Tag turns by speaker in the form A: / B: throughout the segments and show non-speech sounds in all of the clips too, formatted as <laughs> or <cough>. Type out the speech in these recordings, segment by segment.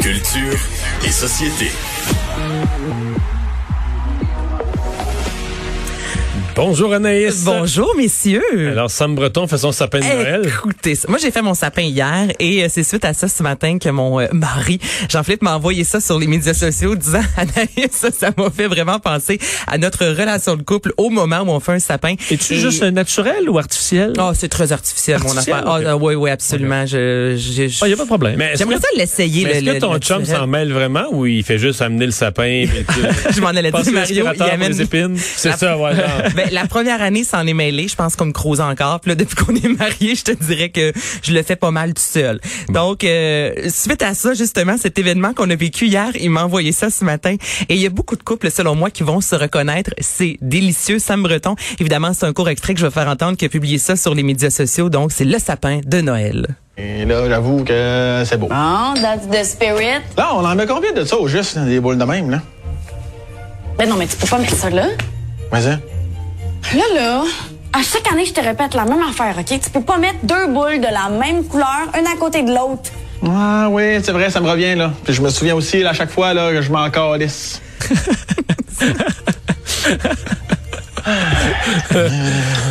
A: Culture et société.
B: Bonjour Anaïs.
C: Bonjour messieurs.
B: Alors Sam Breton fait son sapin de Noël.
C: Écoutez, ça. moi j'ai fait mon sapin hier et euh, c'est suite à ça ce matin que mon euh, mari Jean-Philippe m'a envoyé ça sur les médias sociaux disant <laughs> Anaïs, ça ça m'a fait vraiment penser à notre relation de couple au moment où on fait un sapin.
B: Es-tu juste naturel ou artificiel?
C: Oh, c'est très artificiel,
B: Artificiel,
C: mon affaire. Ah, oui, oui, absolument. Je, je- je-
B: Il n'y Ah, a pas de problème. Mais est-ce
C: J'aimerais
B: que-
C: ça l'essayer.
B: mais
C: le-
B: Est-ce
C: le-
B: que ton
C: le
B: chum
C: naturel.
B: s'en mêle vraiment ou il fait juste amener le <laughs> sapin? puis
C: <laughs>
B: le-
C: Je m'en allais
B: passer
C: dire, Mario, il
B: l'aspirateur pour les
C: amène
B: épines? C'est
C: La-
B: ça, voilà.
C: <laughs> Ben, la première année, s'en est mêlé. Je pense qu'on me croise encore. Puis là, depuis qu'on est mariés, je te dirais que je le fais pas mal tout seul. Donc, euh, suite à ça, justement, cet événement qu'on a vécu hier, il m'a envoyé ça ce matin. Et il y a beaucoup de couples, selon moi, qui vont se reconnaître. C'est délicieux. Sam Breton, évidemment, c'est un court extrait que je vais faire entendre qui a publié ça sur les médias sociaux. Donc, c'est le sapin de Noël.
D: Et là, j'avoue que c'est beau.
E: Bon, that's the spirit.
D: Là, on en met combien de ça au juste, hein, des boules de même, là?
E: Ben non, mais tu peux pas mettre ça là.
D: Mais ça?
E: Là, là, à chaque année, je te répète la même affaire, OK? Tu peux pas mettre deux boules de la même couleur, une à côté de l'autre.
D: Ah oui, c'est vrai, ça me revient, là. Puis je me souviens aussi, là, à chaque fois, là, que je m'en calisse.
B: <laughs>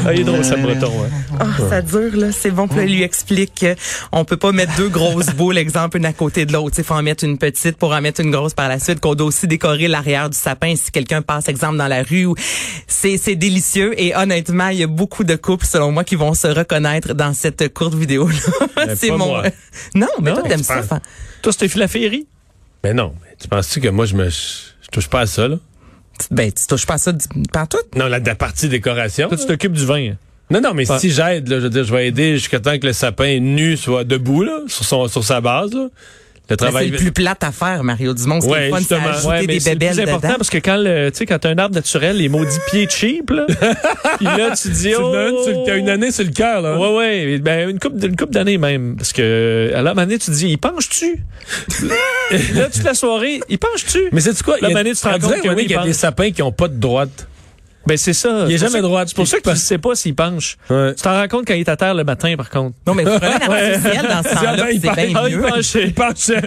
B: Ah, il est drôle, Sam Breton. ouais.
C: Ah, ça dure, là. C'est bon. Puis là, il lui explique qu'on peut pas mettre deux
B: <laughs>
C: grosses boules, exemple, une à côté de l'autre. Il faut en mettre une petite pour en mettre une grosse par la suite, qu'on doit aussi décorer l'arrière du sapin si quelqu'un passe, exemple, dans la rue. ou- C'est, c'est délicieux. Et honnêtement, il y a beaucoup de couples, selon moi, qui vont se reconnaître dans cette courte vidéo-là. <laughs>
B: Mais pas moi.
C: Non, mais
B: Non,
C: toi, t'aimes
B: tu
C: ça,
B: penses-
C: Fan.
B: Toi, c'était la féerie? Mais non. mais Tu penses-tu que moi, je me je touche pas à ça, là?
C: Tu- Ben, tu touches pas à ça du- par tout.
B: Non, la, la partie décoration.
F: Toi, tu t'occupes du vin.
B: Non, non, mais
F: Ouais.
B: si j'aide, là, je veux dire, je vais aider jusqu'à temps que le sapin nu soit debout, là, sur, son, sur sa base, là.
C: Ben,
B: Le
C: c'est
B: travail...
C: le plus plate à faire, Mario Dumont. C'est
B: Ouais,
C: le fun, c'est
B: justement.
C: ajouter
B: Ouais,
C: des
F: c'est le
C: bébelles
F: plus important
C: dedans.
F: parce que quand le, tu sais, quand t'as un arbre naturel, les maudits pieds cheap,
B: <laughs>
F: là, puis là, tu dis,
B: Tu
F: oh.
B: l'as- tu- t'as une année hein? sur le cœur, là.
F: Ouais, ouais. Ben, une coupe, une coupe d'années même. Parce que, à la manée, tu dis, il penche-tu? là, toute la soirée, il penche-tu?
B: Mais c'est quoi?
F: La
B: Il y a-
F: manée, tu te
B: on
F: rends compte
B: dirait,
F: que
B: René,
F: oui,
B: qu'il y a
F: il
B: des
F: penche.
B: sapins qui ont pas de droite.
F: Ben, c'est ça.
B: Il est
F: C'est pour
B: jamais
F: ça-
B: droit,
F: C'est pour ça que tu sais pas s'il penche.
B: Ouais.
F: Tu t'en rends compte quand il est à terre le matin, par contre.
C: Non, mais tu remets
B: <laughs>
C: l'artificiel dans ce
B: Ah, ben,
C: temps-là,
B: il
C: c'est
B: parle-
C: bien
B: ah, il
C: mieux.
B: penchait. Il penchait.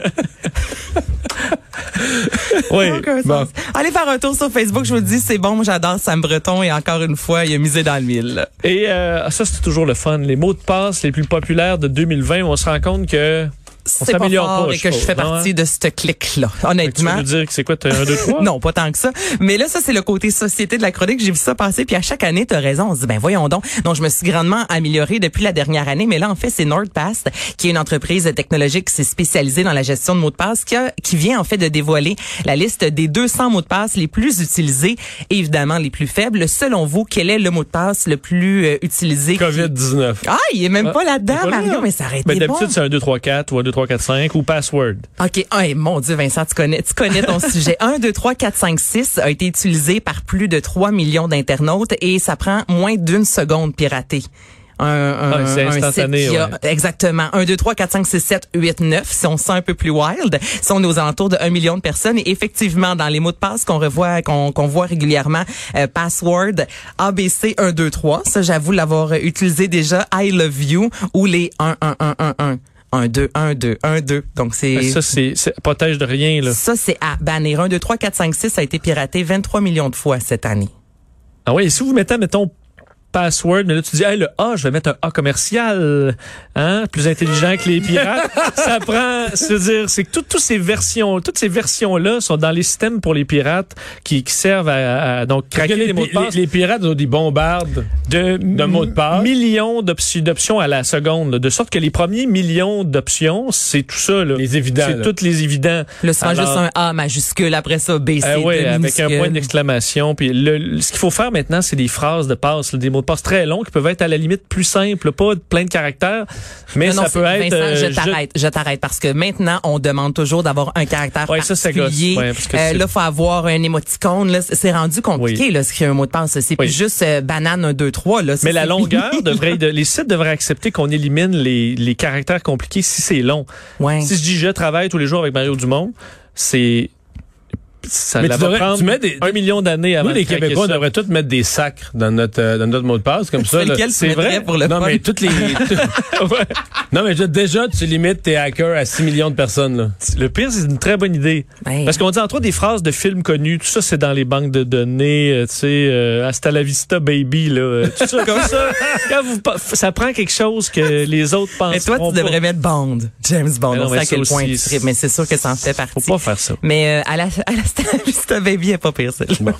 B: oui.
C: Aucun
B: Bon.
C: sens. Allez faire un tour sur Facebook, je vous le dis, c'est bon, moi j'adore Sam Breton et encore une fois, il a misé dans le mille.
F: Et euh, ça, c'est toujours le fun. Les mots de passe les plus populaires de 2020, on se rend compte que
C: C'est pas
F: s'améliore
C: fort
F: pas,
C: et
F: je
C: que je
F: suppose,
C: fais
F: non, hein?
C: partie de ce clic-là,
F: tu veux
C: honnêtement.
F: nous dire que c'est quoi, t'as un, deux, trois?
C: <laughs> Non, pas tant que ça. Mais là, ça, c'est le côté société de la chronique. J'ai vu ça passer. Puis à chaque année, tu as raison. On se dit, ben voyons donc. Donc, je me suis grandement améliorée depuis la dernière année. Mais là, en fait, c'est NordPass, qui est une entreprise technologique qui s'est spécialisée dans la gestion de mots de passe, qui, a- qui vient en fait de dévoiler la liste des 200 mots de passe les plus utilisés et évidemment les plus faibles. Selon vous, quel est le mot de passe le plus euh, utilisé?
B: COVID-19.
C: Ah, il est même pas là-dedans,
F: Voilà.
C: Mario, mais ça aurait été
F: Ben, d'habitude,
C: bon.
F: c'est un 2, 3, 4 ou un 2, 3, 4, 5 ou password.
C: OK. Ah, et mon Dieu, Vincent, tu connais, tu
F: <laughs>
C: connais ton sujet. 1, 2, 3, 4, 5, 6 a été utilisé par plus de 3 millions d'internautes et ça prend moins d'une seconde pirater. Un, un,
F: Ah, c'est
C: un site
F: instantané,
C: qui a- Exactement. 1, 2, 3, 4, 5, 6, 7, 8, 9. Si on se sent un peu plus wild, si on est aux alentours de 1 million de personnes. Et effectivement, dans les mots de passe qu'on revoit, qu'on qu'on voit régulièrement, euh, password, ABC 1, 2, 3. Ça, j'avoue l'avoir euh, utilisé déjà. I love you ou les 1, 1, 1, 1, 1. 1, 2, 1, 2, 1, 2. Donc, c'est...
F: Ça, c'est, c'est- protège de rien, là.
C: Ça, c'est à bannir. 1, 2, 3, 4, 5, 6 a été piraté 23 millions de fois cette année.
F: Ah oui, et si vous mettez, mettons, password, mais là, tu dis, hey, le A, je vais mettre un A commercial, hein, plus intelligent que les
B: <laughs>
F: pirates. ça prend, c'est-à-dire, c'est que toutes toutes ces versions, toutes ces versions-là sont dans les systèmes pour les pirates qui, qui servent à, à, donc,
B: Parce que
F: craquer les, mots de passe.
B: les- les pirates ont dit bombarde.
F: de,
B: mots de passe.
F: millions d'opti- d'options à la seconde, là. de sorte que les premiers millions d'options, c'est tout ça. Là.
B: Les évidents,
F: C'est
B: là.
F: toutes les évidents.
C: Là, souvent
F: Alors,
C: juste un A majuscule, après ça, B, C,
F: ah ouais, avec
C: deux
F: un
C: minuscules.
F: point d'exclamation. Puis le, le- ce qu'il faut faire maintenant, c'est des phrases de passe, là, des mots de passe très longs qui peuvent être à la limite plus simples, pas de- plein de caractères, mais
C: Non, non,
F: ça
C: c'est-
F: peut être.
C: Vincent,
F: euh,
C: je t'arrête, je t'arrête parce que maintenant on demande toujours d'avoir un caractère
F: Ouais, ça, ça gosse.
C: particulier.
F: Ouais, parce que
C: Euh,
F: c'est-
C: là, faut avoir un émoticône. Là, c'est rendu compliqué
F: Oui.
C: là, ce qui est un mot de passe. C'est
F: Oui.
C: plus juste euh, banane 1, 2, 3. Là, Ça,
F: Mais la
C: c'est
F: longueur <laughs>
C: <laughs> fini.
F: devrait, de- les sites devraient accepter qu'on élimine les, les caractères compliqués si c'est long.
C: Ouais.
F: Si je dis je travaille tous les jours avec Mario Dumont, c'est ça
B: Mais
F: la
B: tu
F: va
B: devrais-
F: prendre
B: tu mets des-
F: un million d'années avant
B: Nous, les
F: de craquer
B: Québécois, on
F: ça.
B: devrait tous mettre des sacres dans notre, euh, dans notre mot de
C: <laughs>
B: passe, comme ça.
C: C'est
B: là.
C: lequel tu mettrais pour le
B: non,
C: fun?
B: mais
C: <laughs>
B: toutes les. tout- <laughs> non, mais je- déjà, tu limites tes hackers à 6 millions de personnes. Là.
F: Le pire, c'est une très bonne idée.
C: Ouais.
F: Parce qu'on dit entre autres des phrases de films connus, tout ça, c'est dans les banques de données, euh, tu sais, euh, Hasta la vista, baby, là. euh, Tout ça, comme
C: <laughs>
F: ça. Quand vous, pa- ça prend quelque chose que les autres pensent.
C: Mais toi, tu devrais mettre Bond, James Bond.
F: Mais non,
C: on sait
F: mais
C: à
F: ça
C: quel point
F: aussi,
C: tu tripes, mais c'est sûr que ça en fait
F: Faut
C: partie.
F: pas faire ça.
C: Mais euh, à la, à la Vista Baby, elle est pas pire, celle-là.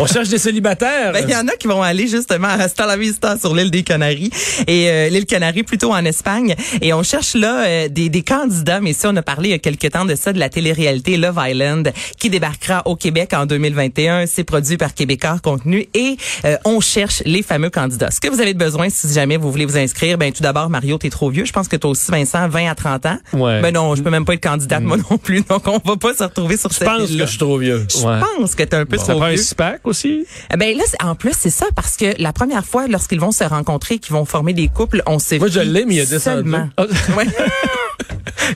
B: On cherche des célibataires.
C: Ben, il y en a qui vont aller justement à Hasta la Vista sur l'île des Canaries et euh, l'île Canaries plutôt en Espagne et on cherche là euh, des, des candidats mais ça on a parlé il y a quelques temps de ça de la télé-réalité Love Island qui débarquera au Québec en 2021, c'est produit par Québécois contenu et euh, on cherche les fameux candidats. Ce que vous avez de besoin si jamais vous voulez vous inscrire, ben tout d'abord Mario, t'es trop vieux, je pense que toi aussi Vincent 20 à 30 ans.
F: Ouais. Mm.
C: Ben non, je peux même pas être candidate moi non plus donc on va pas se retrouver sur
B: Je
C: cette
B: pense que
C: île-là.
B: je suis trop vieux.
C: Je
F: Ouais.
C: pense que t'es un peu
F: Ça
C: trop
F: prend un
C: vieux.
F: SPAC aussi?
C: Eh Ben là, c'est- en plus, c'est ça parce que la première fois, lorsqu'ils vont se rencontrer, qu'ils vont former des couples, on sait.
B: Moi, je l'ai, mais il a descendu.
C: Seulement.
F: Ah.
C: <laughs> Ouais.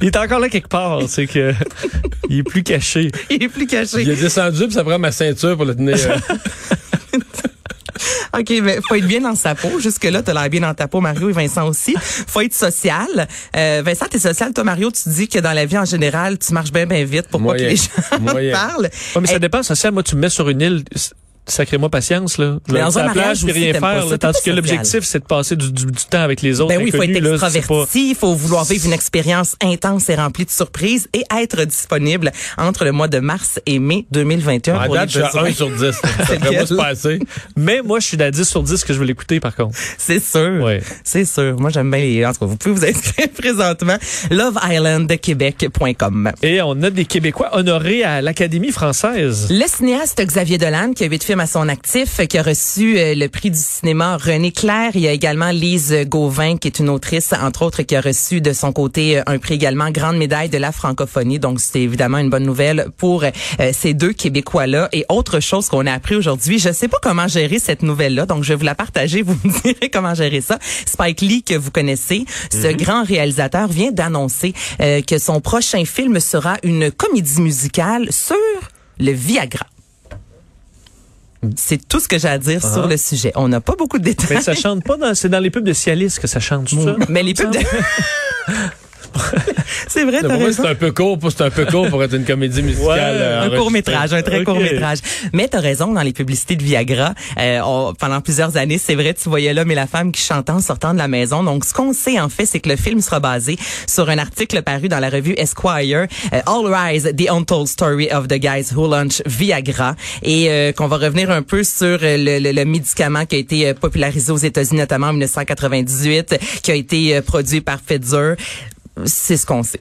F: Il est encore là quelque part, c'est
C: <laughs>
F: que. Il est plus caché.
C: il est plus caché.
B: Il est descendu, puis ça prend ma ceinture pour le
F: <laughs>
B: tenir. euh,
C: OK, mais faut être bien dans sa peau. Jusque-là, t'as l'air bien dans ta peau, Mario et Vincent aussi. Faut être social. Euh, Vincent, t'es social. Toi, Mario, tu dis que dans la vie en général, tu marches bien, bien vite pour
B: Moyen.
C: pas que les gens <laughs>
B: Moyen. Ah,
C: parlent.
F: Ouais, mais ça
C: Eh,
F: dépend. Social, moi, tu me mets sur une île, s- sacrez-moi patience, là. Je
C: Mais
F: vais
C: dans
F: sur
C: un
F: la plage,
C: mariage
F: puis
C: aussi,
F: rien
C: t'aimes pas
F: faire,
C: ça,
F: là,
C: t'es pas
F: Tandis que
C: social.
F: l'objectif, c'est de passer du, du- du temps avec les autres.
C: ben oui, il faut être
F: inconnus, là, c'est pas-
C: extraverti, il faut vouloir vivre une expérience intense et remplie de surprises et être disponible entre le mois de mars et mai 2021
B: À
C: pour les
B: date, je suis à
C: besoins.
B: 1 sur 10. Ça
C: <laughs> C'est
B: ferait pas se
C: lequel?
B: passer.
F: Mais moi, je suis à 10 sur 10 que je veux l'écouter, par contre.
C: <laughs> C'est sûr.
F: Ouais.
C: C'est sûr. Moi, j'aime bien les. En tout cas, vous pouvez vous inscrire <laughs> présentement. loveislandquebec.com.
F: Et on a des Québécois honorés à l'Académie française.
C: Le cinéaste Xavier Dolan, qui a huit films à son actif, qui a reçu euh, le prix du cinéma René Clair. Il y a également Lise Gauvin, qui est une autrice, entre autres, qui a reçu de son côté euh, un prix également, Grande Médaille de la Francophonie. Donc, c'est évidemment une bonne nouvelle pour euh, ces deux Québécois-là. Et autre chose qu'on a appris aujourd'hui, je sais pas comment gérer cette nouvelle-là, donc je vais vous la partager, <laughs> vous me direz comment gérer ça. Spike Lee, que vous connaissez, ce grand réalisateur vient d'annoncer euh, que son prochain film sera une comédie musicale sur le Viagra. C'est tout ce que j'ai à dire sur le sujet. On n'a pas beaucoup de détails.
F: Ah. Mais ça chante pas dans, c'est dans les pubs de Cialis que ça chante, c'est ça?
C: Mais les pubs de- <laughs> C'est vrai, t'as
B: Pour moi,
C: raison.
B: c'est un peu court pour, c'est un peu court pour être une comédie musicale.
F: Ouais,
B: euh,
C: Un
B: enregistrée.
C: court métrage, un très
F: Ok.
C: court métrage. Mais t'as raison dans les publicités de Viagra. euh, on- pendant plusieurs années, c'est vrai, tu voyais l'homme et la femme qui chantaient en sortant de la maison. Donc, ce qu'on sait en fait, c'est que le film sera basé sur un article paru dans la revue Esquire, euh, All Rise: The Untold Story of the Guys Who Launch Viagra, et euh, qu'on va revenir un peu sur euh, le, le- le médicament qui a été euh, popularisé aux États-Unis, notamment en 1998, qui a été euh, produit par Pfizer. C'est ce qu'on sait.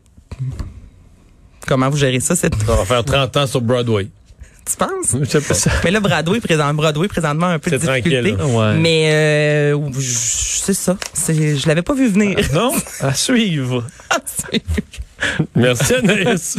C: Comment vous gérez ça cette
B: On va faire 30 ans sur Broadway.
C: tu penses?
B: Je sais pas.
C: Mais là, Broadway, présent, Broadway présentement, un peu de
B: C'est tranquille,
C: difficulté.
F: hein? Ouais.
C: Mais euh, je- c'est ça. C'est- Je l'avais pas vu venir. <laughs>
F: Non? À suivre.
B: Merci, Anaïs.